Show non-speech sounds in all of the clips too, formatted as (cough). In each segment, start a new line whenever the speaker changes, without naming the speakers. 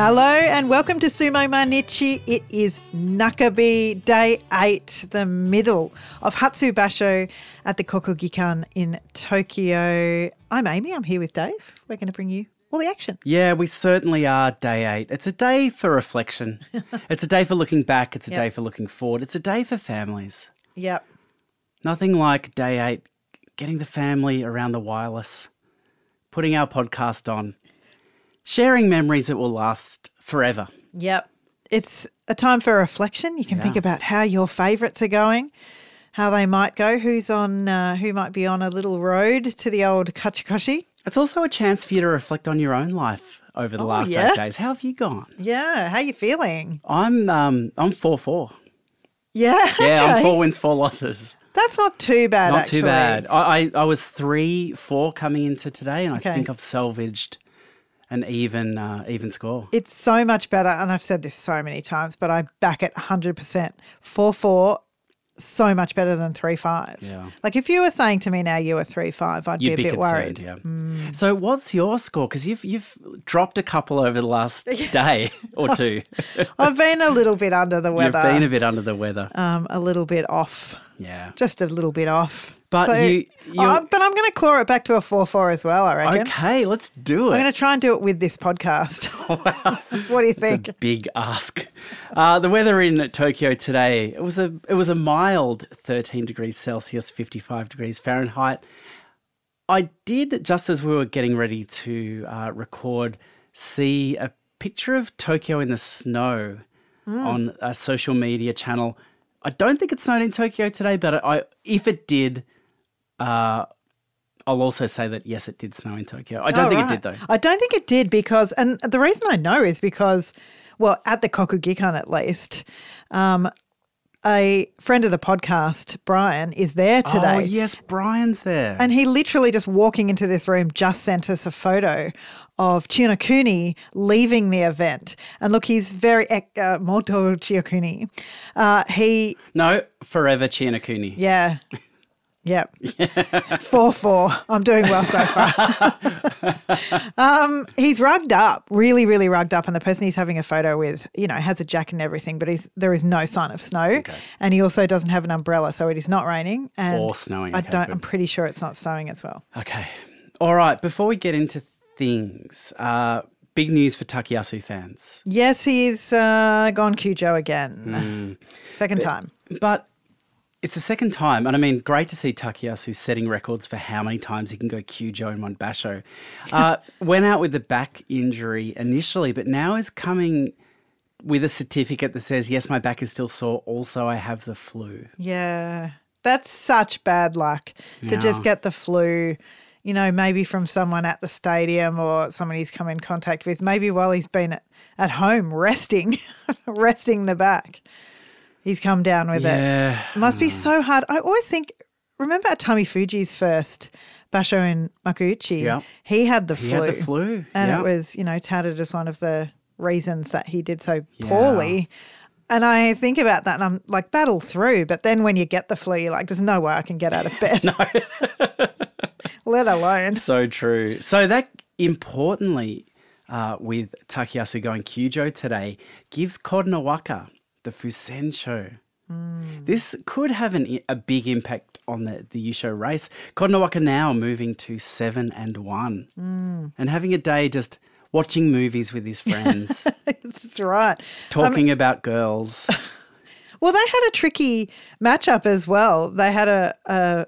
Hello and welcome to Sumo Manichi. It is Nakabi Day 8, the middle of Hatsubasho at the Kokugikan in Tokyo. I'm Amy, I'm here with Dave. We're going to bring you all the action.
Yeah, we certainly are day eight. It's a day for reflection. it's a day for looking back. It's a day for looking forward. It's a day for families.
Yep.
Nothing like day eight getting the family around the wireless, putting our podcast on, sharing memories that will last forever.
Yep. It's a time for reflection. You can think about how your favourites are going, how they might go, who's on, uh, who might be on a little road to the old Kachikoshi.
It's also a chance for you to reflect on your own life over the last
yeah.
eight days. How have you gone?
Yeah. How you feeling?
I'm um I'm four four.
Yeah. (laughs)
Yeah, I'm
okay.
four wins, four losses.
That's not too bad,
Not
actually.
too bad. I, I, I was three, four coming into today, and
Okay.
I think I've salvaged an even uh, even score.
It's so much better. And I've said this so many times, but I back it 100%. 4 4, so much better than 3 5.
Yeah.
Like if you were saying to me now you were 3 5, I'd be a bit worried. Mm.
yeah. So what's your score? Because you've you've dropped a couple over
(laughs)
the last day or two.
(laughs) I've been a little bit under the (laughs)
You've
weather,
been a bit under the weather.
um, a little bit off,
yeah.
just a little bit off.
But you-
Oh,
you're-
but I'm going to claw it back to a 4 4 as well, I reckon.
Okay, let's do it.
I'm going to try and do it with this
(laughs)
podcast. (laughs) what do you think?
It's a big ask. Uh, the weather in Tokyo today it was a it was a mild 13 degrees Celsius, 55 degrees Fahrenheit. I did just as we were getting ready to uh, record, see a picture of Tokyo in the snow
Hmm.
on a social media channel. I don't think it snowed in Tokyo today, but I if it did. Uh, I'll also say that yes, it did snow in Tokyo. I don't
Oh,
think
right.
it did though.
I don't think it did because, and the reason I know is because, well, at the Kokugikan at least, um, a friend of the podcast, Brian, is there today.
Oh yes, Brian's there.
And he literally just walking into this room just sent us a photo of Chiyokuni leaving the event. And look, he's very, ec- uh, Moto Chiyokuni. Uh, he
No, forever Chinakuni.
Yeah.
(laughs)
Yep. Four four. I'm doing well so far.
(laughs)
um, he's rugged up, really, really rugged up, and the person he's having a photo with, you know, has a jacket and everything, but he's there is no sign of snow, and he also doesn't have an umbrella, so it is not raining and
Or snowing,
I
okay,
don't.
good.
I'm pretty sure it's not snowing as well.
Okay. All right. Before we get into things, uh, big news for Takeyasu fans.
Yes, he's uh, gone Cujo again, second time.
Hmm. But it's the second time. And I mean, great to see Takeyasu setting records for how many times he can go Kyujo in
(laughs)
one basho. Uh, went out with the back injury initially, but now is coming with a certificate that says, yes, my back is still sore. Also, I have the flu.
Yeah. That's such bad luck to just
Yeah.
get the flu, you know, maybe from someone at the stadium or someone he's come in contact with, maybe while he's been at, at home resting, (laughs) resting the back. He's come down with it.
Yeah.
It must be so hard. I always think, remember at Tommy Fuji's first basho in Makuuchi?
Yeah.
He had the
He
flu.
had the flu.
And
yeah.
it was, you know, touted as one of the reasons that he did so
Yeah.
poorly. And I think about that and I'm like, battle through. But then when you get the flu, you're like, there's no way I can get out of
(laughs)
bed. (laughs) Let alone. (laughs)
So true. So that importantly, uh, with Takeyasu going Kyujo today, gives Kodnawaka the Fusencho.
Hmm.
This could have an, i- a big impact on the, the Yusho race. Kodnawaka now moving to seven and one
Hmm.
and having a day just watching movies with
(laughs)
his friends,
That's right.
talking about girls.
Well, they had a tricky matchup as well. They had a, a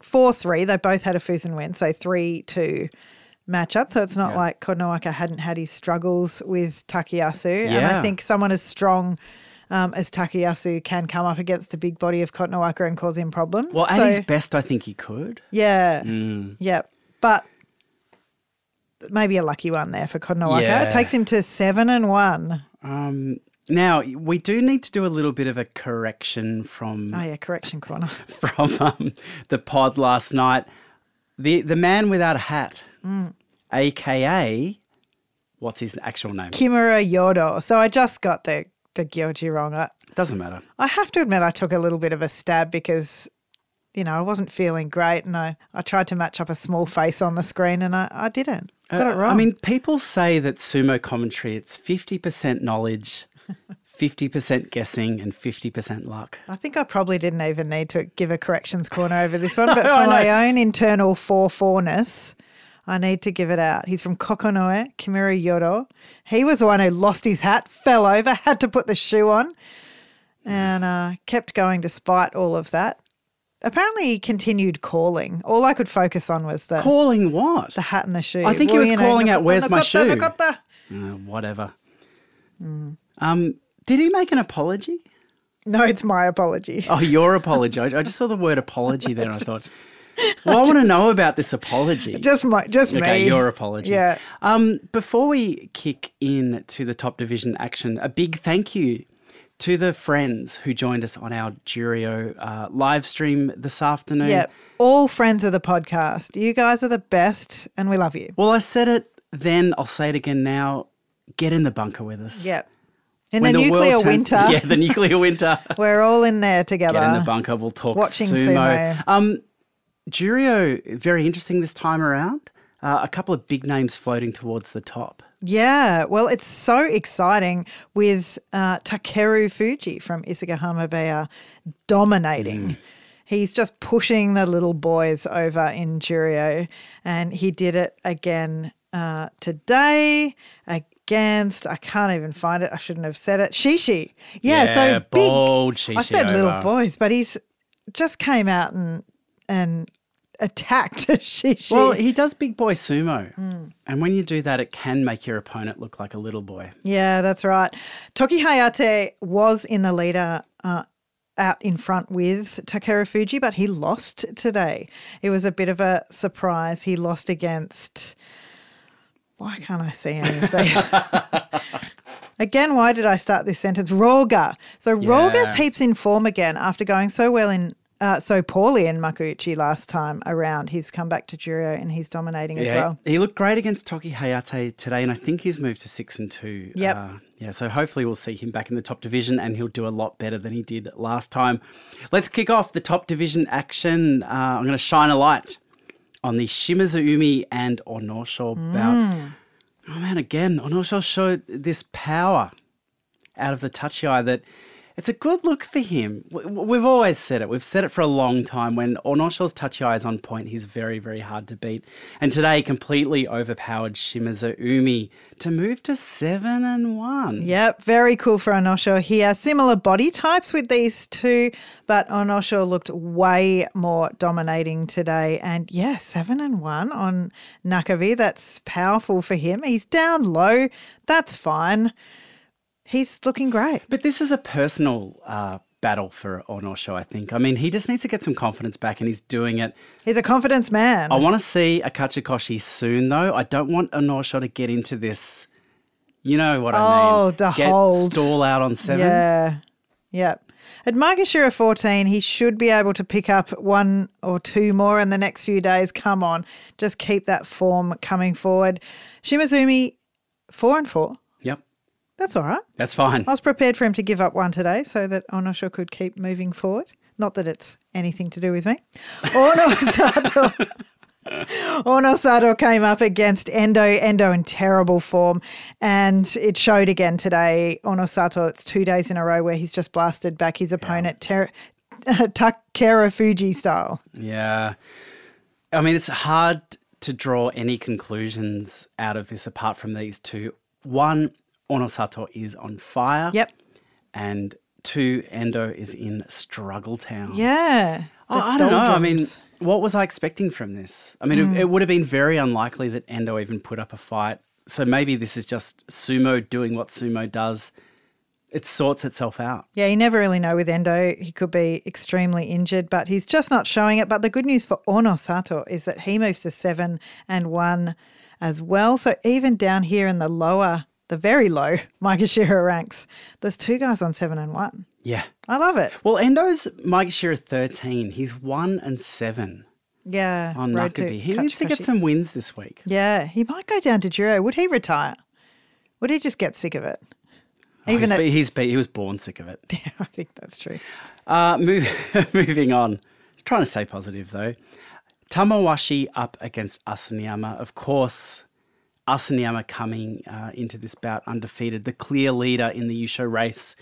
4 3. They both had a Fusen win. So 3 2 matchup. So it's not like Kodnawaka hadn't had his struggles with Takeyasu. And I
Yeah.
think someone as strong. Um, as Takeyasu can come up against the big body of Kodnawaka and cause him problems.
Well,
So-
at his best, I think he could.
Yeah.
Mm.
Yeah. But maybe a lucky one there for Kodnawaka.
Yeah.
It takes him to seven and one.
Um, now, we do need to do a little bit of a correction from
Oh, yeah. Correction corner.
(laughs) from um, the pod last night. The the man without a hat,
Mm.
aka what's his actual name?
Kimura Yodo. So I just got the, the Gyoji wrong. I,
Doesn't matter.
I have to admit, I took a little bit of a stab because you know, I wasn't feeling great and I, I tried to match up a small face on the screen and I, I didn't. Got it
Uh,
wrong.
I mean, people say that sumo commentary it's fifty
(laughs)
percent knowledge, fifty percent guessing, and fifty percent luck.
I think I probably didn't even need to give a corrections corner over this
(laughs)
one, but for
I know.
my own internal 4 4ness, I need to give it out. He's from Kokonoe, Kimura Yoro. He was the one who lost his hat, fell over, (laughs) had to put the shoe on, and uh, kept going despite all of that. Apparently, he continued calling. All I could focus on was the,
Calling what?
the hat and the shoe.
I think he was calling out,
"Nagatta,
"Where's my
nagatta,
shoe?"
nagatta."
Uh, whatever.
Mm.
Um, did he make an apology?
No, it's my apology.
Oh, your apology. I I just saw the
(laughs)
word apology there and I thought, well, I want to know about this apology.
Just my, just
okay,
me.
your apology.
Yeah.
Um, before we kick in to the top division action, a big thank you to the friends who joined us on our Durio uh, live stream this afternoon.
Yeah. All friends of the podcast. You guys are the best and we love you.
Well, I said it then, I'll say it again now. Get in the bunker with us.
Yep. In
When
the,
world
nuclear
turns-
winter,
(laughs) Yeah, the nuclear
(laughs)
winter.
we're all in there together.
Get in the bunker. We'll talk
Watching
sumo.
sumo.
Um, Jurio, very interesting this time around. Uh, a couple of big names floating towards the top.
yeah. Well, it's so exciting with uh, Takeru Fuji from Isagahama Beya dominating.
Mm.
He's just pushing the little boys over in Jurio, and he did it again uh, today against. I can't even find it. I shouldn't have said it. Shishi. Yeah. so big
bold
I said little
Shishiova.
boys, but he's just came out and and attacked (laughs) Shishi.
Well, he does big boy sumo.
Hmm.
And when you do that, it can make your opponent look like a little boy.
yeah, that's right. Toki Hayate was in the leader uh, out in front with Takeru Fuji, but he lost today. It was a bit of a surprise. He lost against. Why can't I see any of these? Again, why did I start this sentence? Roga. So Roga's heaps in form again after going so well in uh, so poorly in Makuuchi last time around. He's come back to Juro and he's dominating as well.
He looked great against Toki Hayate today, and I think he's moved to six and two. Uh,
Yep.
yeah, so hopefully we'll see him back in the top division and he'll do a lot better than he did last time. Let's kick off the top division action. Uh, I'm going to shine a light on the Shimazuumi and Onosho
Hmm.
bout. Oh man, again, Onosho showed this power out of the touchy eye that it's a good look for him. W- w- We've always said it. We've said it for a long time. When Onosho's touchy eye is on point, he's very, very hard to beat. And today, completely overpowered Shimazuumi to move to seven and one.
Yep, very cool for Onosho here. Similar body types with these two, but Onosho looked way more dominating today. And yeah, seven and one on Nakavi. That's powerful for him. He's down low. That's fine. He's looking great.
But this is a personal uh, battle for Onosho. I think. I mean, he just needs to get some confidence back, and he's doing it.
He's a confidence man.
I want to see a Kachikoshi soon, though. I don't want Onosho to get into this. You know what I mean?
Oh, the
get
hold.
stall out on seven.
Yeah. Yep. At Magashira 14, he should be able to pick up one or two more in the next few days. Come on. Just keep that form coming forward. Shimazumi, four and four.
Yep,
That's all right.
that's fine.
I was prepared for him to give up one today so that Onosho could keep moving forward. Not that it's anything to do with me. Onosato. (laughs) Onosato came up against Endo, Endo in terrible form, and it showed again today. Onosato, it's two days in a row where he's just blasted back his opponent, ter- (laughs) Takara Fuji style.
Yeah. I mean, it's hard to draw any conclusions out of this apart from these two. One, Onosato is on fire.
Yep.
And two, Endo is in struggle town.
Yeah. The
Oh, I, I don't know. I mean,
doldrums. Mm.
what was I expecting from this? I mean, it, it would have been very unlikely that Endo even put up a fight. So maybe this is just sumo doing what sumo does. It sorts itself out.
Yeah, you never really know with Endo. He could be extremely injured, but he's just not showing it. But the good news for Ono Sato is that he moves to seven and one as well. So even down here in the lower, the very low (laughs) Maikashira ranks, there's two guys on seven and one.
Yeah.
I love it.
Well, Endo's Mike Shearer 13. He's 1 and 7.
Yeah.
on
road to
Huckabee. He needs Oh, to get
Kachikashi.
some wins this week.
Yeah, he might go down to Juro. Would he retire? Would he just get sick of it? Even
Oh,
at, (laughs)
he's, be- he's be- he was born sick of it. (laughs)
I think that's true.
Uh, move- moving on Trying to stay positive though. Tamawashi up against Asaniyama. Of course, Asaniyama coming uh, into this bout undefeated, the clear leader in the Yusho race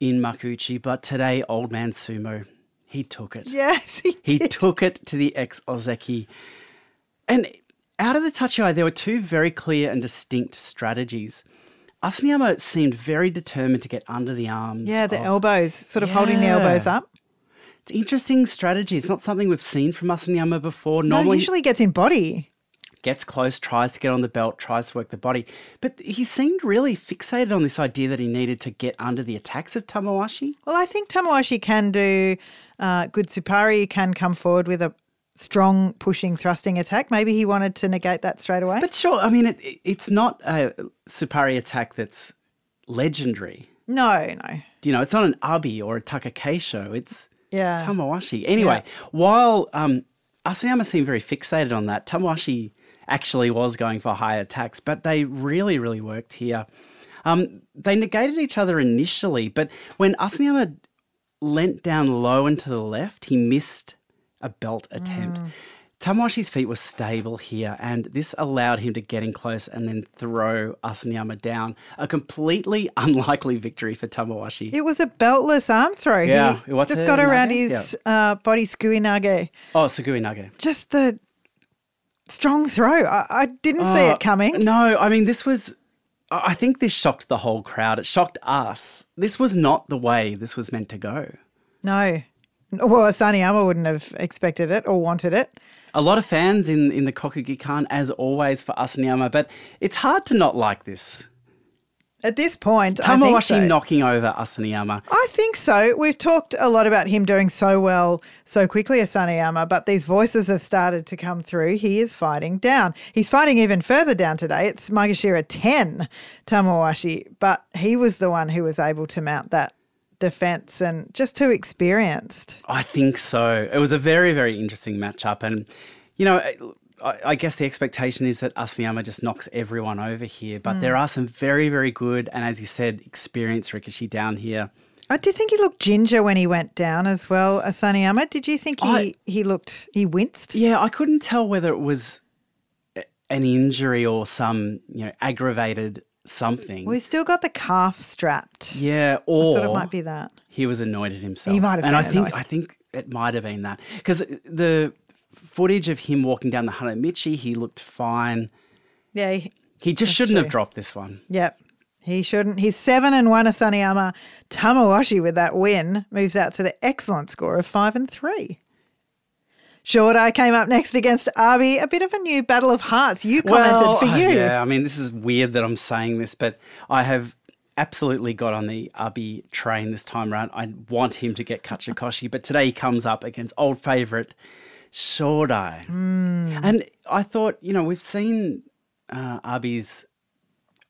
in Makuchi. But today, old man Sumo, he took it.
Yes, he,
He
did.
took it to the ex Ozeki. And out of the touchy eye, there were two very clear and distinct strategies. Asaniyama seemed very determined to get under the arms.
Yeah, the
of-
elbows, sort of holding the
Yeah.
elbows up.
It's an interesting strategy. It's not something we've seen from Asaniyama before.
No,
Normally,
usually gets in body.
gets close, tries to get on the belt, tries to work the body. But he seemed really fixated on this idea that he needed to get under the attacks of Tamawashi.
Well, I think Tamawashi can do uh, good. Supari can come forward with a strong pushing, thrusting attack. Maybe he wanted to negate that straight away.
But sure, I mean, it, it's not a Supari attack that's legendary.
no, no.
You know, it's not an Abi or a Takakesho. It's
Yeah.
Tamawashi. Anyway, while um, Asayama seemed very fixated on that, Tamawashi actually was going for high attacks, but they really, really worked here. Um, they negated each other initially, but when Asayama leant down low and to the left, he missed a belt attempt. Tamawashi's feet were stable here, and this allowed him to get in close and then throw Asanyama down. A completely (laughs) unlikely victory for Tamawashi.
It was a beltless arm throw.
Yeah.
He
What's
just
it,
got around
Nage?
his uh, body, Skui Nage.
Oh, Sugui Nage.
Just the strong throw. I, I didn't see
Oh,
it coming.
No, I mean, this was. I I think this shocked the whole crowd. It shocked us. This was not the way this was meant to go.
No. Well, Asaniyama wouldn't have expected it or wanted it.
A lot of fans in, in the Kokugikan, as always, for Asaniyama, but it's hard to not like this.
At this point, I think
Tamawashi
so.
knocking over Asaniyama.
I think so. We've talked a lot about him doing so well so quickly, Asaniyama, but these voices have started to come through. He is fighting down. He's fighting even further down today. It's Magashira 10, Tamawashi, but he was the one who was able to mount that defense and just too experienced.
I think so. It was a very, very interesting matchup. And, you know, I, I guess the expectation is that Asaniyama just knocks everyone over here, but
Hmm.
there are some very, very good and, as you said, experienced Rikishi down here.
I Uh, do think he looked ginger when he went down as well, Asaniyama. Did you think he,
I-
he looked, he winced?
Yeah, I couldn't tell whether it was a- an injury or some, you know, aggravated something.
We still got the calf strapped.
yeah, or
Sort of might be that.
he was annoyed at himself.
He might have been
and I think
annoyed.
I think it might have been that because the footage of him walking down the Hanomichi, he looked fine.
Yeah. he-
He just shouldn't
true.
have dropped this one.
Yep. He shouldn't. He's seven and one Asaniyama. Tamawashi with that win moves out to the excellent score of five and three. Shorter came up next against Arby. A bit of a new battle of hearts. You commented
(laughs)
for
uh,
you.
Yeah, I mean, this is weird that I'm saying this, but I have absolutely got on the Abi train this time around. I want him to get Kachikoshi, but today he comes up against old favourite Shodai.
Hmm.
And I thought, you know, we've seen uh, Abi's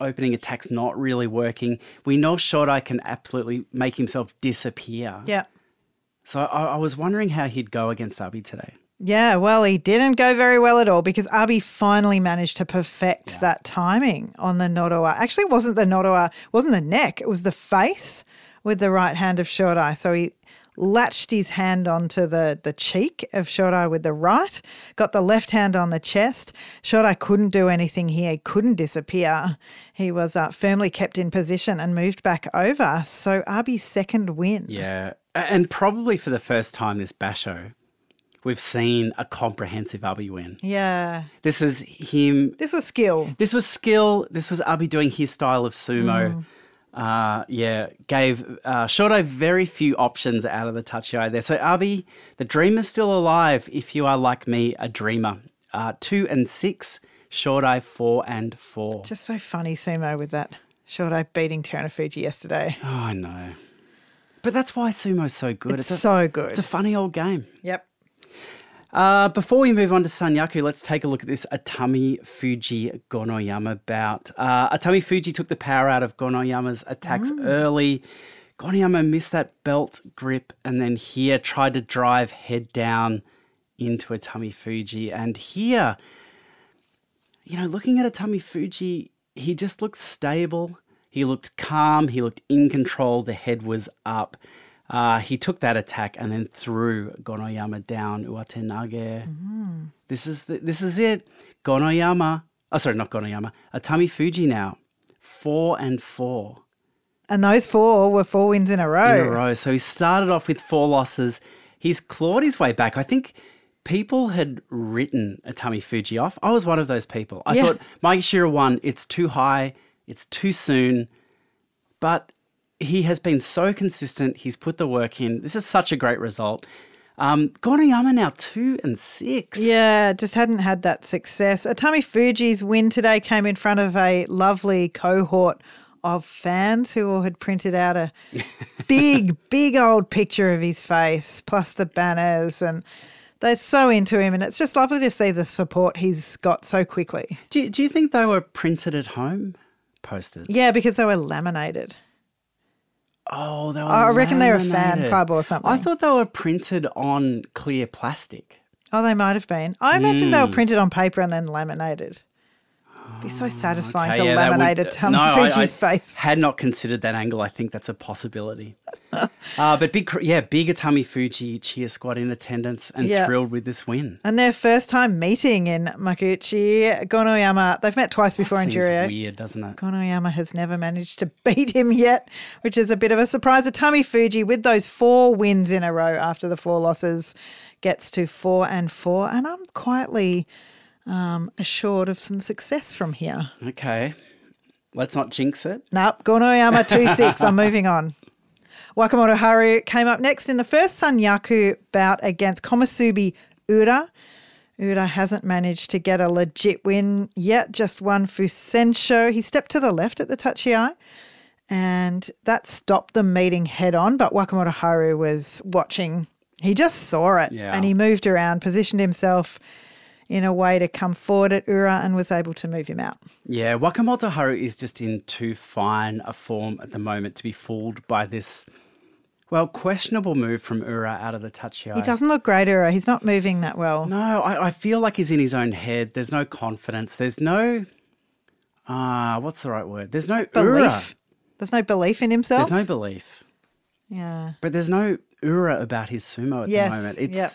opening attacks not really working. We know Shodai can absolutely make himself disappear.
Yeah.
So I, I was wondering how he'd go against Abi today.
Yeah, well, he didn't go very well at all because Abi finally managed to perfect that timing on the Nodowa. Actually, it wasn't the Nodowa, it wasn't the neck, it was the face with the right hand of Shodai. So he latched his hand onto the, the cheek of Shodai with the right, got the left hand on the chest. Shodai couldn't do anything here, he couldn't disappear. He was uh, firmly kept in position and moved back over. So Abi's second win.
Yeah. A- And probably for the first time this basho, we've seen a comprehensive Abi win.
Yeah.
This is him.
This was skill.
This was skill. This was Abi doing his style of
Mm.
sumo. Uh, yeah, gave uh, Shodai very few options out of the touchy eye there. So, Abi, the dream is still alive if you are like me, a dreamer. Uh, two and six, Shodai four and four.
Just so funny, Sumo, with that short eye beating Terunofuji yesterday.
oh, I know. But that's why sumo's so good.
It's
a-
so good.
It's a funny old game.
yep.
Uh, before we move on to Sanyaku, let's take a look at this Atami Fuji Gonoyama bout. Uh, Atami Fuji took the power out of Gonoyama's attacks early. Gonoyama missed that belt grip and then here tried to drive head down into Atami Fuji. And here, you know, looking at Atami Fuji, he just looked stable. He looked calm. He looked in control. The head was up. Uh, he took that attack and then threw Gonoyama down Uwatenage. This is the, this is it. Gonoyama. Oh, sorry, not Gonoyama. Atami Fuji now. Four and four
And those four were four wins in a row.
in a row. So he started off with four losses. He's clawed his way back. I think people had written Atami Fuji off. I was one of those people. I
Yeah.
thought Mike Shira won. It's too high. It's too soon. But he has been so consistent. He's put the work in. This is such a great result. Um, Gonoyama now two and six.
Yeah, just hadn't had that success. Atami Fuji's win today came in front of a lovely cohort of fans who all had printed out
(laughs)
a big, big old picture of his face, plus the banners, and they're so into him. And it's just lovely to see the support he's got so quickly.
Do, do you think they were printed at home? Posters.
Yeah, because they were laminated.
Oh, they were.
I reckon they're a fan
laminated.
club or something.
I thought they were printed on clear plastic.
Oh, they might have been. I imagine they
Hmm.
were printed on paper and then laminated. It'd be so satisfying to
Ah, Okay, yeah, that
laminate
would- uh,
a (laughs) Tama
no, I-
Fuji's
I
face.
Had not considered that angle. I think that's a possibility. (laughs) uh, but big, cr- yeah, big Atami Fuji cheer squad in attendance and
Yeah.
thrilled with this win.
And their first time meeting in Makuchi, Gonoyama, they've met twice before in
Seems
Jurio.
weird, doesn't it?
Gonoyama has never managed to (laughs) beat him yet, which is a bit of a surprise. Atami Fuji, with those four wins in a row after the four losses, gets to four and four. And I'm quietly um, assured of some success from here.
Okay, let's not jinx it.
Nope, Gonoyama 2 6. I'm moving
(laughs)
on. Wakamoto Haru came up next in the first Sanyaku bout against Komasubi Ura. Ura hasn't managed to get a legit win yet, just one Fusensho. He stepped to the left at the touchy eye, and that stopped the meeting head on. But Wakamoto Haru was watching. He just saw it
Yeah.
and he moved around, positioned himself in a way to come forward at Ura and was able to move him out.
Yeah, Wakamoto Haru is just in too fine a form at the moment to be fooled by this, well, questionable move from Ura out of the touchy eye.
He doesn't look great, Ura. He's not moving that well.
No, I, I feel like he's in his own head. There's no confidence. There's no, ah, what's the right word? There's no
belief.
ura.
There's no belief in himself.
There's no belief,
yeah.
but there's no ura about his sumo at
Yes,
the moment. It's
yep.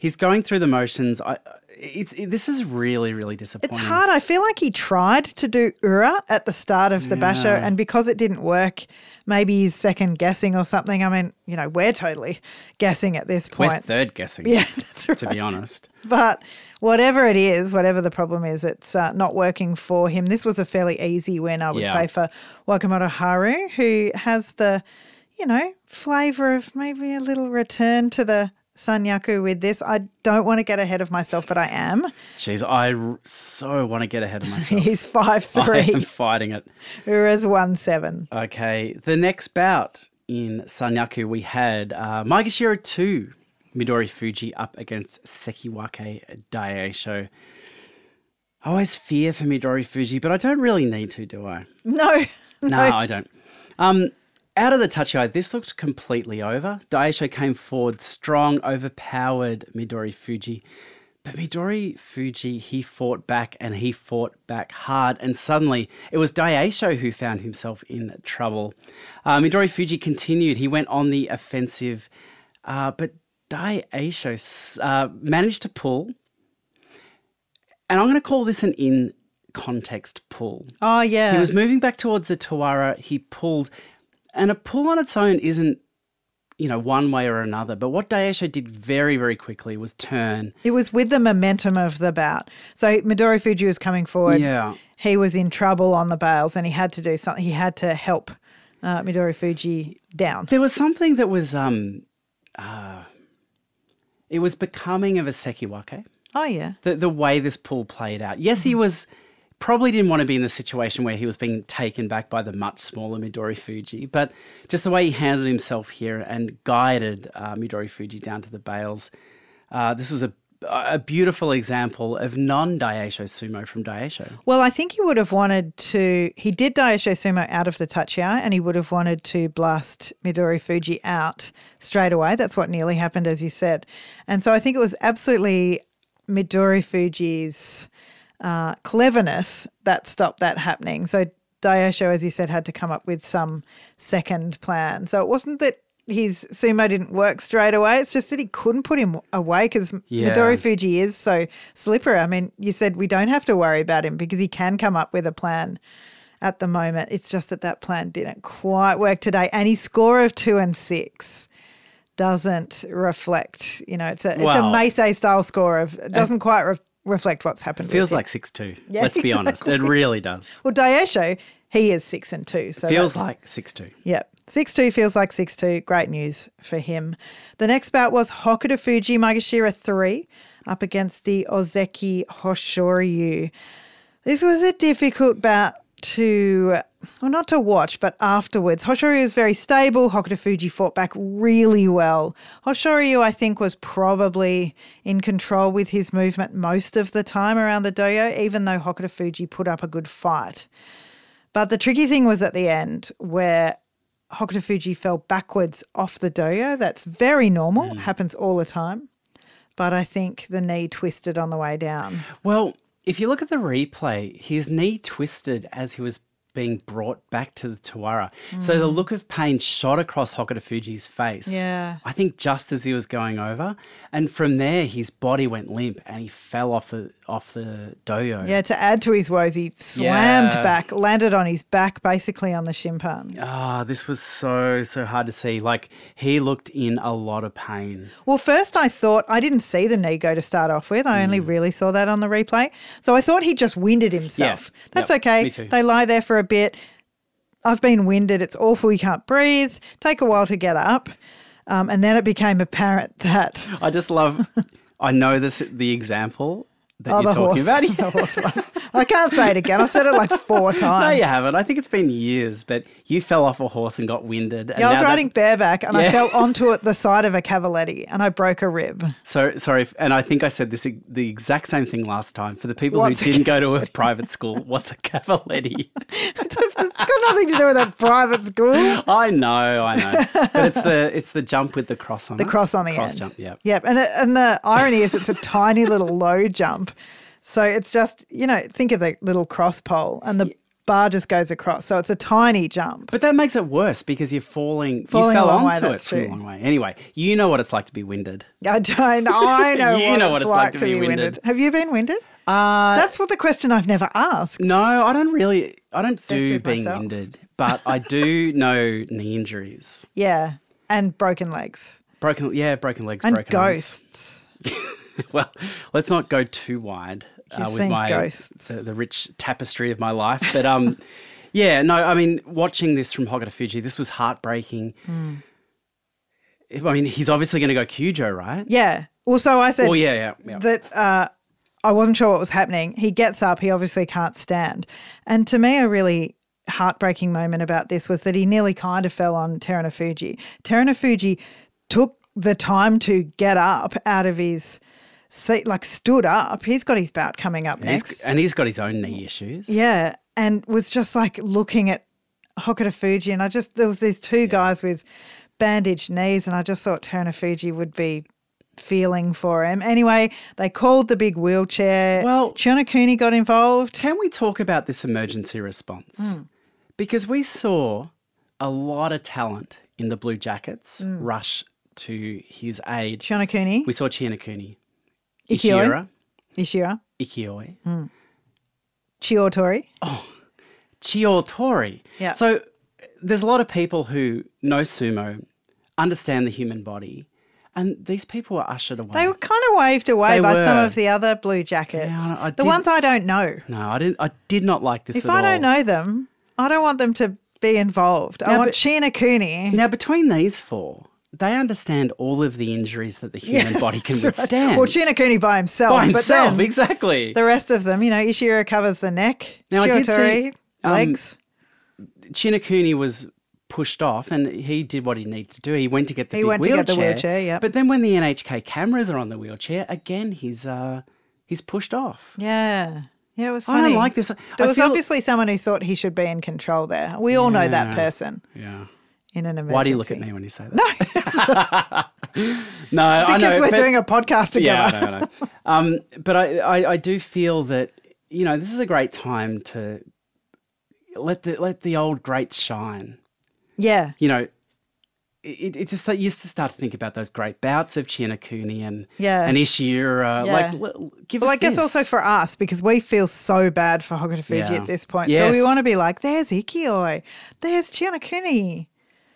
he's going through the motions. I, it's it, this is really really disappointing.
It's hard. I feel like he tried to do Ura at the start of the basho,
Yeah.
and because it didn't work, maybe he's second guessing or something. I mean, you know, we're totally guessing at this
We're
point.
third
(laughs)
guessing.
yeah, that's right.
to be honest.
But whatever it is, whatever the problem is, it's uh, not working for him. This was a fairly easy win, I would
Yeah.
say, for Wakamoto Haru, who has the, you know, flavour of maybe a little return to the Sanyaku with this. I don't want to get ahead of myself, but I am.
Jeez, I r- so want to get ahead
(laughs)
of myself.
He's five
I am
three.
fighting it.
Ura's one seven.
Okay, the next bout in Sanyaku we had uh, Maegashira 2, Midori Fuji up against Sekiwake Daisho. I always fear for Midori Fuji, but I don't really need to, do I?
No. (laughs)
(laughs) No, I don't. Um, out of the touchy eye, this looked completely over. Daisho came forward strong, overpowered Midori Fuji. But Midori Fuji, he fought back and he fought back hard. And suddenly it was Daisho who found himself in trouble. Uh, Midori Fuji continued. He went on the offensive. Uh, but Daisho s- uh, managed to pull. And I'm going to call this an in context pull.
Oh yeah.
He was moving back towards the Tawara. He pulled, and a pull on its own isn't, you know, one way or another. But what Daisho did very, very quickly was turn.
It was with the momentum of the bout. So Midori Fuji was coming forward.
Yeah.
He was in trouble on the bales and he had to do something. He had to help uh, Midori Fuji down.
There was something that was, um, uh, it was becoming of a Sekiwake.
Oh, yeah.
The the way this pull played out. Yes, he was. Probably didn't want to be in the situation where he was being taken back by the much smaller Midori Fuji, but just the way he handled himself here and guided uh, Midori Fuji down to the bales, Uh, this was a, a beautiful example of non Daisho sumo from Daisho.
Well, I think he would have wanted to. He did Daisho Sumo out of the touchy eye and he would have wanted to blast Midori Fuji out straight away. That's what nearly happened, as you said. And so I think it was absolutely Midori Fuji's uh, cleverness that stopped that happening. So Daisho, as you said, had to come up with some second plan. So it wasn't that his sumo didn't work straight away. It's just that he couldn't put him away because
Yeah.
Midori Fuji is so slippery. I mean, you said we don't have to worry about him because he can come up with a plan at the moment. It's just that that plan didn't quite work today. And his score of two and six doesn't reflect, you know, it's a, it's
Wow.
a Meisei style score of, it doesn't quite re- reflect what's happened. with
Feels
him.
like 6 2.
Yeah, (laughs)
let's be honest. It really does.
Well, Daisho, he is six and two. So
Feels
that's-
like 6 2.
Yep. 6 2 feels like 6 2. Great news for him. The next bout was Hokuto Fuji Magashira 3 up against the Ozeki Hoshoryu. This was a difficult bout to, well, not to watch, but afterwards. Hoshoryu was very stable. Hokuto Fuji fought back really well. Hoshoryu, I think, was probably in control with his movement most of the time around the dojo, even though Hokuto Fuji put up a good fight. But the tricky thing was at the end where Hokuto Fuji fell backwards off the doyo. That's very normal,
Hmm.
happens all the time. But I think the knee twisted on the way down.
Well, if you look at the replay, his knee twisted as he was being brought back to the Tawara. So
Hmm.
the look of pain shot across Hokuto Fuji's face.
Yeah.
I think just as he was going over. And from there, his body went limp and he fell off the, off the doyo.
Yeah, to add to his woes, he slammed
Yeah.
back, landed on his back, basically on the shinpan.
Ah, this was so, so hard to see. Like, he looked in a lot of pain.
Well, first I thought I didn't see the knee go to start off with. I only really saw that on the replay. So I thought he just winded himself.
Hmm. Yeah.
That's
Yep.
okay.
Me too.
They lie there for a bit. I've been winded. It's awful. You can't breathe. Take a while to get up. Um, and then it became apparent that
I just
(laughs)
love, I know this, the example that
oh,
you're
the
talking
horse, (laughs)
about.
the horse one. I can't say it again. I've said it like four times.
(laughs) No, you haven't. I think it's been years, but you fell off a horse and got winded. And
Yeah, I was
now that's-
riding bareback and I
Yeah.
fell onto it the side of a cavaletti and I broke a rib. (laughs)
So sorry, if- and I think I said this e- the exact same thing last time. For the people
What's a
who didn't go to a private school,
(laughs)
what's a cavaletti?
it's got nothing to do with a private school.
I know, I know, but it's the it's the jump with the cross on
The
it.
cross on the
cross
end.
jump. Yeah,
Yep. And it, and the irony is it's a tiny little low jump. So it's just, you know, think of the little cross pole and the bar just goes across. So it's a tiny jump.
but that makes it worse because you're falling.
Falling
you
a
fell
long way,
onto it
that's
from a
true.
long way. Anyway, you know what it's like to be winded.
I
(laughs)
don't I know,
You
what,
know
it's
what it's
like,
like to be winded.
Have you been winded?
Uh,
That's what the question I've never asked.
no, I don't really. I don't do
with
being
myself.
winded, but
(laughs)
I do know knee injuries.
Yeah. And broken legs.
Broken, yeah, broken legs,
And
broken arms.
ghosts.
(laughs) Well, let's not go too wide uh,
You've
with
seen
my
ghosts.
The, the rich tapestry of my life, but um, (laughs) yeah, no, I mean, watching this from Hokuto Fuji, this was heartbreaking.
Hmm.
I mean, he's obviously going to go Kyujo, right?
Yeah. Well, so I said
Oh yeah, yeah, yeah.
that uh, I wasn't sure what was happening. He gets up. He obviously can't stand. And to me, a really heartbreaking moment about this was that he nearly kind of fell on Terana Fuji. Terana Fuji took the time to get up out of his seat, like stood up. He's got his bout coming up
He's-
next.
and he's got his own knee issues.
Yeah, and was just like looking at Hokuto Fuji, and I just there was these two guys with bandaged knees, and I just thought Turner Fuji would be feeling for him. Anyway, they called the big wheelchair.
Well-
Chionakuni got involved.
Can we talk about this emergency response?
Hmm.
Because we saw a lot of talent in the Blue Jackets
Hmm.
rush to his aid.
Chionakuni,
We saw Chianakuni,
Ikioi,
Ishira,
Ishira,
Ikioi,
Chiotori.
Oh. Chiotori.
Yeah.
So there's a lot of people who know sumo, understand the human body, and these people were ushered away.
They were kind of waved away
They
by some
were.
of the other blue jackets.
Yeah, I- I
the
did-
ones I don't know.
no, I didn't. I did not like this.
If
at
I don't
all.
know them, I don't want them to be involved. I
No,
want
but-
Chionakuni.
now between these four, they understand all of the injuries that the human body can withstand
Well, Chinakuni by himself.
by
but
himself.
then
exactly.
the rest of them, you know, Ishiro covers the neck.
Now, I did
Shiotori,
see, um,
legs.
Chinakuni was pushed off and he did what he needed to do. He went to get the
He
big
went to
wheelchair.
get the wheelchair, yep.
But then when the NHK cameras are on the wheelchair, again he's uh he's pushed off.
Yeah. Yeah, it was
I
funny.
don't like this.
There
I
was
feel-
obviously someone who thought he should be in control there. We all know that
Yeah.
person
Yeah.
in an emergency.
Why do you look at me when you say that? No, (laughs) no,
(laughs)
(laughs) I
Because
know,
we're
but-
doing a podcast together.
Yeah, I know, I know. um, but I, I, I do feel that you know this is a great time to let the let the old greats shine.
(laughs) yeah.
You know, it, it just like, you used to start to think about those great bouts of Chinakuni and
Yeah.
and Ishiura.
Yeah.
Like, l- give
Well,
us
I guess
this.
also for us because we feel so bad for Hokuto-Fuji
Yeah.
at this point. So we
Yes.
want to be like, there's Ikioi, there's Chianakuni.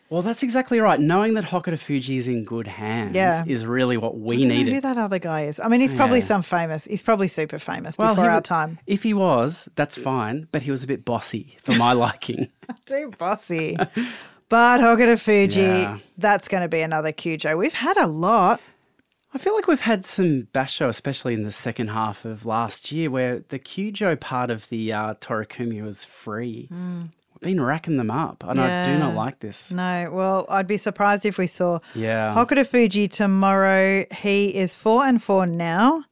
well, that's exactly right. Knowing that Hokuto Fuji is in good hands
Yeah.
is really what we
I don't know who
needed.
that other guy is. I mean, he's probably
Yeah.
some famous. He's probably super famous
Well,
before
he
our
wa- (laughs)
time. (laughs)
If he was, that's fine, but he was a bit bossy for my (laughs) liking.
Too bossy. but Hokuto Fuji,
Yeah.
that's going to be another Cujo. We've had a lot.
I feel like we've had some basho, especially in the second half of last year, where the Kyujo part of the uh, Torakumi was free. We've been racking them up, and I do
Yeah.
not like this.
No, well, I'd be surprised if we saw
Yeah.
Hokuto Fuji tomorrow. He is four and four now.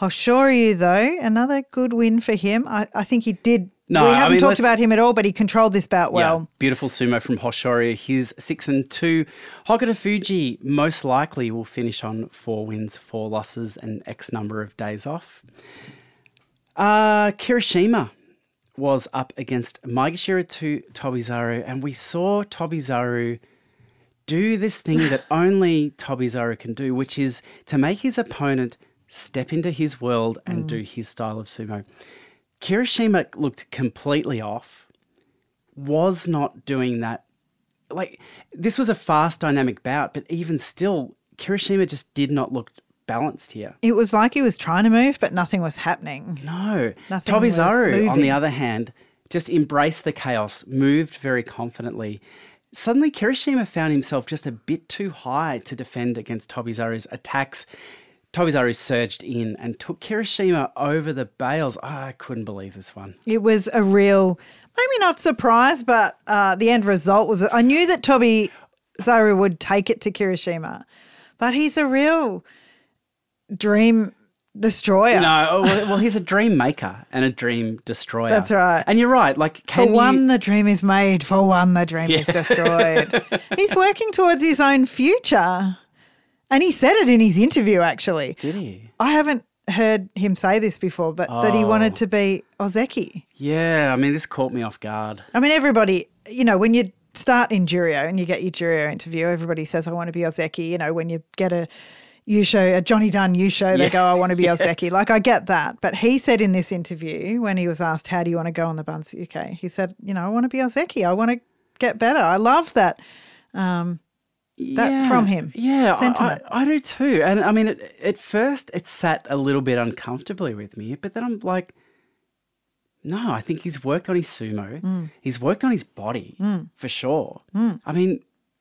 Hoshoryu, though, another good win for him. I, I think he did.
No,
we
I
haven't
mean,
talked
let's-
about him at all, but he controlled this bout well.
Yeah, beautiful sumo from Hoshoryu. He's six and two. Hokuto Fuji most likely will finish on four wins, four losses, and X number of days off. Uh, Kirishima was up against Maegashira to Tobizaru, and we saw Tobizaru do this thing that only Tobizaru can do, which is to make his opponent step into his world and do his style of sumo. Kirishima looked completely off was not doing that. Like this was a fast dynamic bout, but even still, Kirishima just did not look balanced here.
It was like he was trying to move, but nothing was happening.
No.
Nothing was
Tobizaru, on
moving.
the other hand, just embraced the chaos, moved very confidently. Suddenly Kirishima found himself just a bit too high to defend against Tobizaru's attacks. Tobizaru surged in and took Kirishima over the bales. Ah, I couldn't believe this one.
It was a real, maybe not surprise, but uh, the end result was I knew that Toby Zaru would take it to Kirishima, but he's a real dream destroyer.
No, oh, well, well, he's a dream maker and a dream destroyer.
That's right.
And you're right. Like,
For
can you-
one, the dream is made. For one, the dream is
(laughs)
destroyed. He's working towards his own future. And he said it in his interview, actually.
did he?
I haven't heard him say this before, but that
Oh.
he wanted to be Ozeki.
Yeah, I mean, this caught me off guard.
I mean, everybody, you know, when you start in Jurio and you get your Jurio interview, everybody says, I want to be Ozeki. You know, when you get a you show, a Johnny Dunn you show, they
(laughs) Yeah.
go, I want to be Ozeki. Like, I get that. But he said in this interview, when he was asked, How do you want to go on the Bansuke? He said, You know, I want to be Ozeki. I want to get better. I love that. That
Yeah.
from him.
Yeah, I-
Sentiment.
I, I do too. And I mean, at, at first, it sat a little bit uncomfortably with me, but then I'm like, no, I think he's worked on his sumo.
Mm.
He's worked on his body for sure. I mean,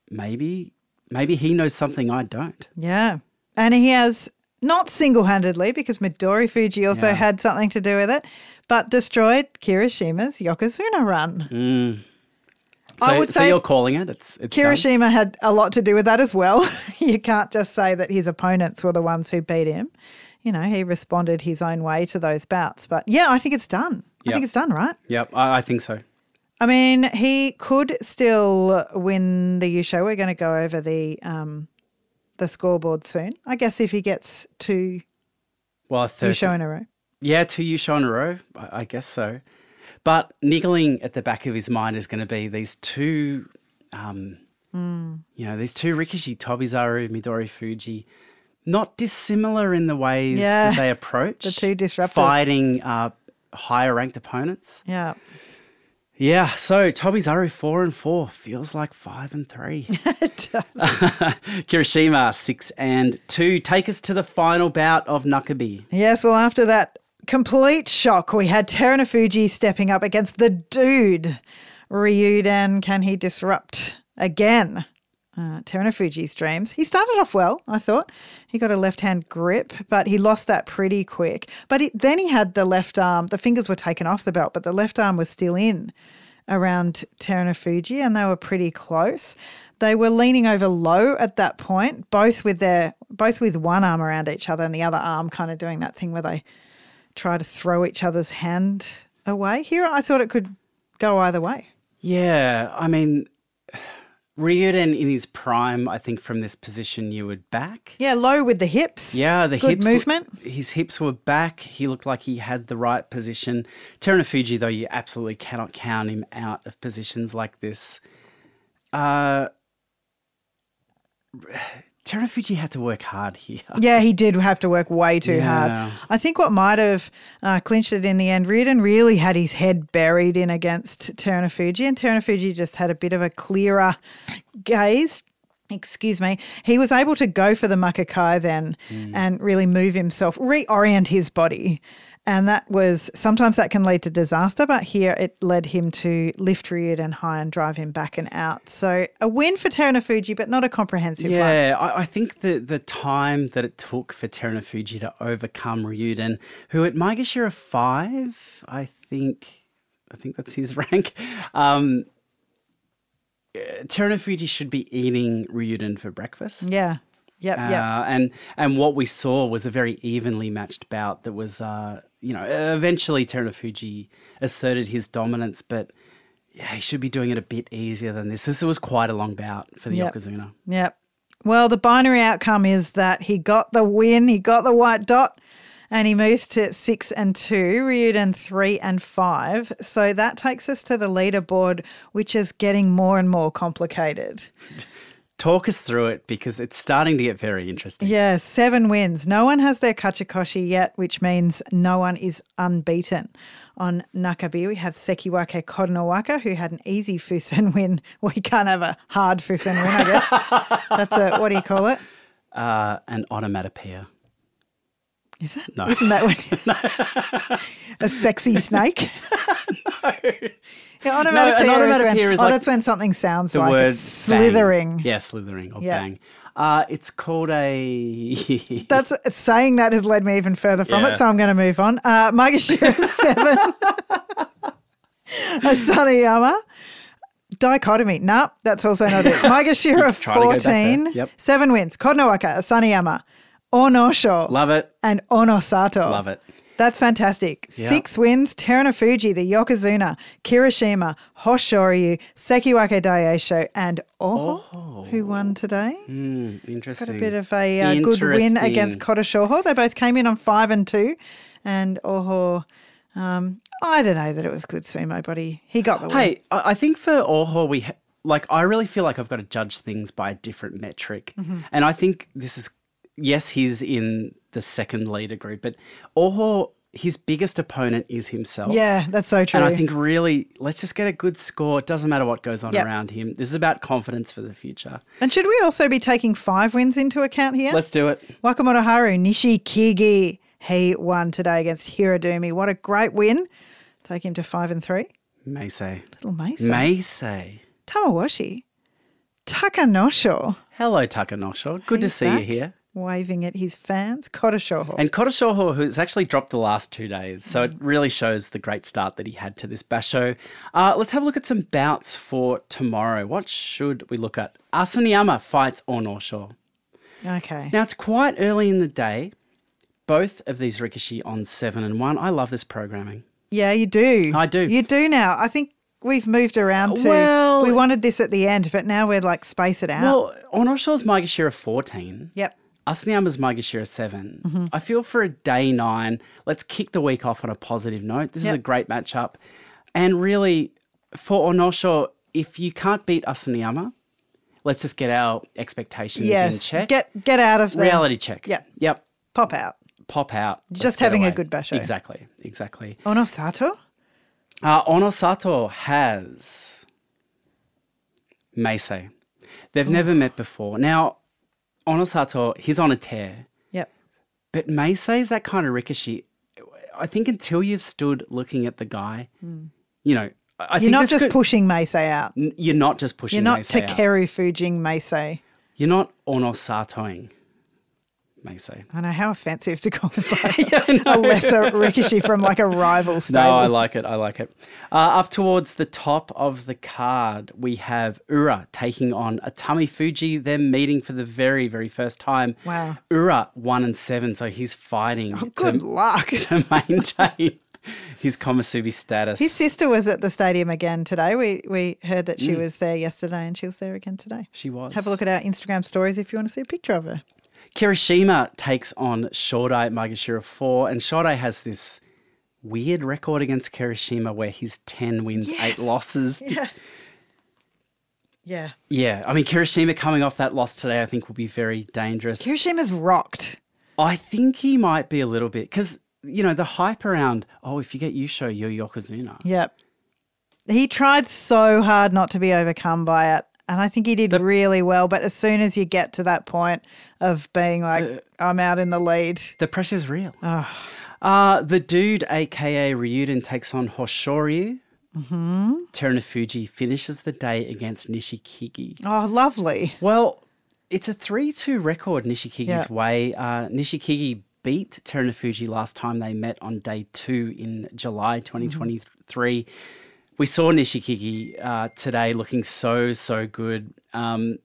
maybe, maybe he knows something I don't.
Yeah. And he has not single handedly, because Midori Fuji also
Yeah.
had something to do with it, but destroyed Kirishima's Yokozuna run.
Mm. So,
I would
so
say
you're calling it. It's, it's done.
Kirishima had a lot to do with that as well. (laughs) you can't just say that his opponents were the ones who beat him. You know, he responded his own way to those bouts. But yeah, I think it's done. I
Yeah.
think it's done, right?
Yep, I, I think so.
I mean, he could still win the U show. We're going to go over the um, the scoreboard soon. I guess if he gets two
Well,
U
30,
show in a row.
Yeah, two you show in a row. I, I guess so. But niggling at the back of his mind is going to be these two, um,
Hmm.
you know, these two Rikishi, Tobizaru, Midori Fuji, not dissimilar in the ways
Yeah, (laughs)
that they approach. the
two disruptors.
Fighting uh, higher ranked opponents.
Yeah. (laughs)
Yeah, so Tobizaru four and four feels like five
(laughs)
and three. Kirishima six and two. Take us to the final bout of Nakabe.
Yes, well, after that complete shock, we had Terunofuji stepping up against the dude, Ryuden. Can he disrupt again? Uh, Terunofuji's dreams. He started off well, I thought. He got a left hand grip, but he lost that pretty quick. But it, then he had the left arm, the fingers were taken off the belt, but the left arm was still in around Terunofuji, and they were pretty close. They were leaning over low at that point, both with their both with one arm around each other and the other arm kind of doing that thing where they try to throw each other's hand away. Here, I thought it could go either way.
Yeah, I mean, Ryuden in his prime, I think from this position you would back.
Yeah, low with the hips.
Yeah, the
good
hips
movement.
His hips were back. He looked like he had the right position. Terunofuji, though, you absolutely cannot (sighs) count him out of positions like this. Uh, Terunofuji had to work hard here.
Yeah, he did have to work way too
Yeah.
hard. I think what might have uh, clinched it in the end, Reardon really had his head buried in against Terunofuji, and Terunofuji just had a bit of a clearer gaze. Excuse me. He was able to go for the Makakai then
Mm.
and really move himself, reorient his body. And that was sometimes that can lead to disaster, but here it led him to lift Riordan high and drive him back and out. So a win for Terunofuji, but not a comprehensive one.
Yeah, I, I think the, the time that it took for Terunofuji to overcome Ryuden, who at Maegashira 5, I think, I think that's his (laughs) rank, um, uh, Terunofuji should be eating Ryuden for breakfast.
Yeah. Yep. Yep.
Uh, and and what we saw was a very evenly matched bout that was, uh, you know, eventually Terunofuji asserted his dominance, but yeah, he should be doing it a bit easier than this. This was quite a long bout for the
Yep.
Yokozuna.
Yep. Well, the binary outcome is that he got the win, he got the white dot, and he moves to six and two, Ryuden three and five. So that takes us to the leaderboard, which is getting more and more complicated.
Talk us through it because it's starting to get very interesting.
Yeah, seven wins. No one has their kachikoshi yet, which means no one is unbeaten. On Nakabe, we have Sekiwake Koronowaka, who had an easy Fusen (laughs) win. Well, you can't have a hard Fusen win, I guess. That's a, what do you call it?
Uh, an onomatopoeia.
Is it?
No.
Isn't
(laughs)
that what? a sexy snake? Yeah, onomatopoeia,
No, an
is, when,
onomatopoeia is
oh,
like
that's when something sounds
The
like
word
it's slithering.
Bang. Yeah, slithering or
Yeah.
bang. Uh, it's called a. (laughs)
That's saying that has led me even further from
Yeah.
it, so I'm going to move on. Uh, Magashira
(laughs)
seven, Asanayama. Dichotomy. Nah, that's also not
(laughs)
it. Magashira
Try to go back there.
14,
Yep.
seven wins. Kodnowaka, Asanayama, Onosho,
Love it.
and Onosato.
Love it.
That's fantastic.
Yeah.
Six wins, Terunofuji, the Yokozuna, Kirishima, Hoshoryu, Sekiwake Daisho, and Oho, who won today.
Oh. Hmm,
Got
interesting.
a bit of a uh, good win against
Interesting.
Kodashoho. They both came in on five and two, and Oho, um, I don't know that it was good sumo, but he, he got the win.
Hey, I I think for Orho, we ha- like. I really feel like I've got to judge things by a different metric,
Mm-hmm.
and I think this is yes, he's in the second leader group, but Orho, his biggest opponent is himself.
Yeah, that's so true.
And I think really, let's just get a good score. It doesn't matter what goes on
Yep.
around him. This is about confidence for the future.
and should we also be taking five wins into account here?
Let's do it.
Wakamoto Haru, Nishi Kigi, he won today against Hiradumi. What a great win. Take him to five and three.
Meisei.
Little Mesa.
Meisei.
Tamawashi. Takanosho.
Hello, Takanosho. Good to
He's
see
back,
you here.
Waving at his fans. Kodashoho.
And Kodoshoho, who's actually dropped the last two days, so it really shows the great start that he had to this basho. Uh, let's have a look at some bouts for tomorrow. What should we look at? Asaniyama fights Onosho.
okay.
Now it's quite early in the day. Both of these ricochet on seven and one. I love this programming.
Yeah, you do.
I do.
You do now. I think we've moved around to.
Well-
we wanted this at the end, but now we're like space it out.
Well, Onosho's Maegashira 14.
yep.
Asaniyama's Maegashira 7.
Mm-hmm.
I feel for a day 9, let's kick the week off on a positive note. This is
Yep.
a great matchup. And really, for Onosho, if you can't beat Asaniyama, let's just get our expectations in
Yes.
check.
Get get out of the
Reality check.
Yep.
Yep.
Pop out.
Pop out. Let's
Just
get
having a
away.
good basho.
Exactly. Exactly.
Onosato.
Uh, Onosato has Meisei. They've never met before. Now, Onosato, he's on a tear.
Yep.
But Maysay's that kind of ricochet. I think until you've stood looking at the guy, you know, I I
Hmm. You're
think
not
this
just
could-
pushing Meisei out.
n- you're not just pushing.
You're not
Maysay out.
Takeru Fujing Meisei.
You're not onosatoing Maysay.
I know how offensive to
(laughs)
call him by a lesser ricochet from like a rival
No,
stable.
I like it. I like it. Uh, up towards the top of the card, we have Ura taking on Atami Fuji. They're meeting for the very, very first time.
Wow. Oh,
Ura one and seven, so he's fighting
Good
to,
luck.
(laughs) to maintain his Komasubi status.
His sister was at the stadium again today. We we heard that she was there yesterday and she was there again today.
Mm. she was.
Have a look at our Instagram stories if you want to see a picture of her.
Kirishima takes on Shodai Magashira 4, and Shodai has this
(laughs)
weird record against Kirishima where he's 10 wins, 8 losses.
Yeah.
Yeah, I mean Kirishima coming off that loss today, I think will be very dangerous.
Kirishima's rocked.
I think he might be a little bit because you know the hype around. Oh, if you get Yusho, you're Yokozuna.
Yep. He tried so hard not to be overcome by it. And I think he did really well. But as soon as you get to that point of being like, I'm out in the lead,
The pressure's real. Uh, the dude, aka Ryuden, takes on Hoshoryu. Mm-hmm. Terunofuji finishes the day against Nishikigi.
oh, lovely.
Well, it's a 3 2 record Nishikigi's
Yeah.
way. Uh, Nishikigi beat Terunofuji last time they met on day two in July 2023. We saw Nishikigi uh, today looking so, so good. Um,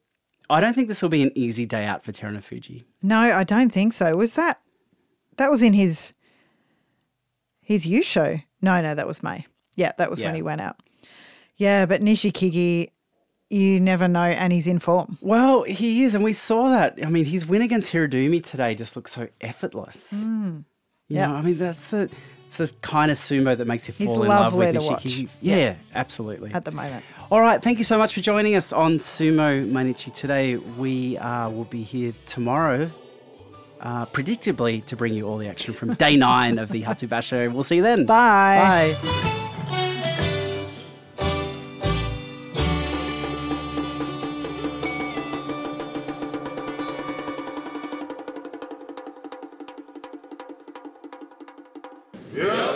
I don't think this will be an easy day out for Terunofuji.
No, I don't think so. Was that, that was in his, his U show? No, no, that was May. Yeah, that was when
Yeah.
he went out. Yeah, but Nishikigi, you never know. And he's in form.
Well, he is, and we saw that. I mean, his win against Hiradumi today just looks so effortless. You
Yeah.
know, I mean, that's the it's the kind of sumo that makes you
He's
fall in love
lovely
with
to watch.
Nishiki. Yeah, absolutely.
At the moment.
All right, thank you so much for joining us on Sumo Manichi today. We uh, will be here tomorrow, uh, predictably, to bring you all the action from day nine of the Hatsubasho. We'll see you then.
Bye.
Bye.
Yeah.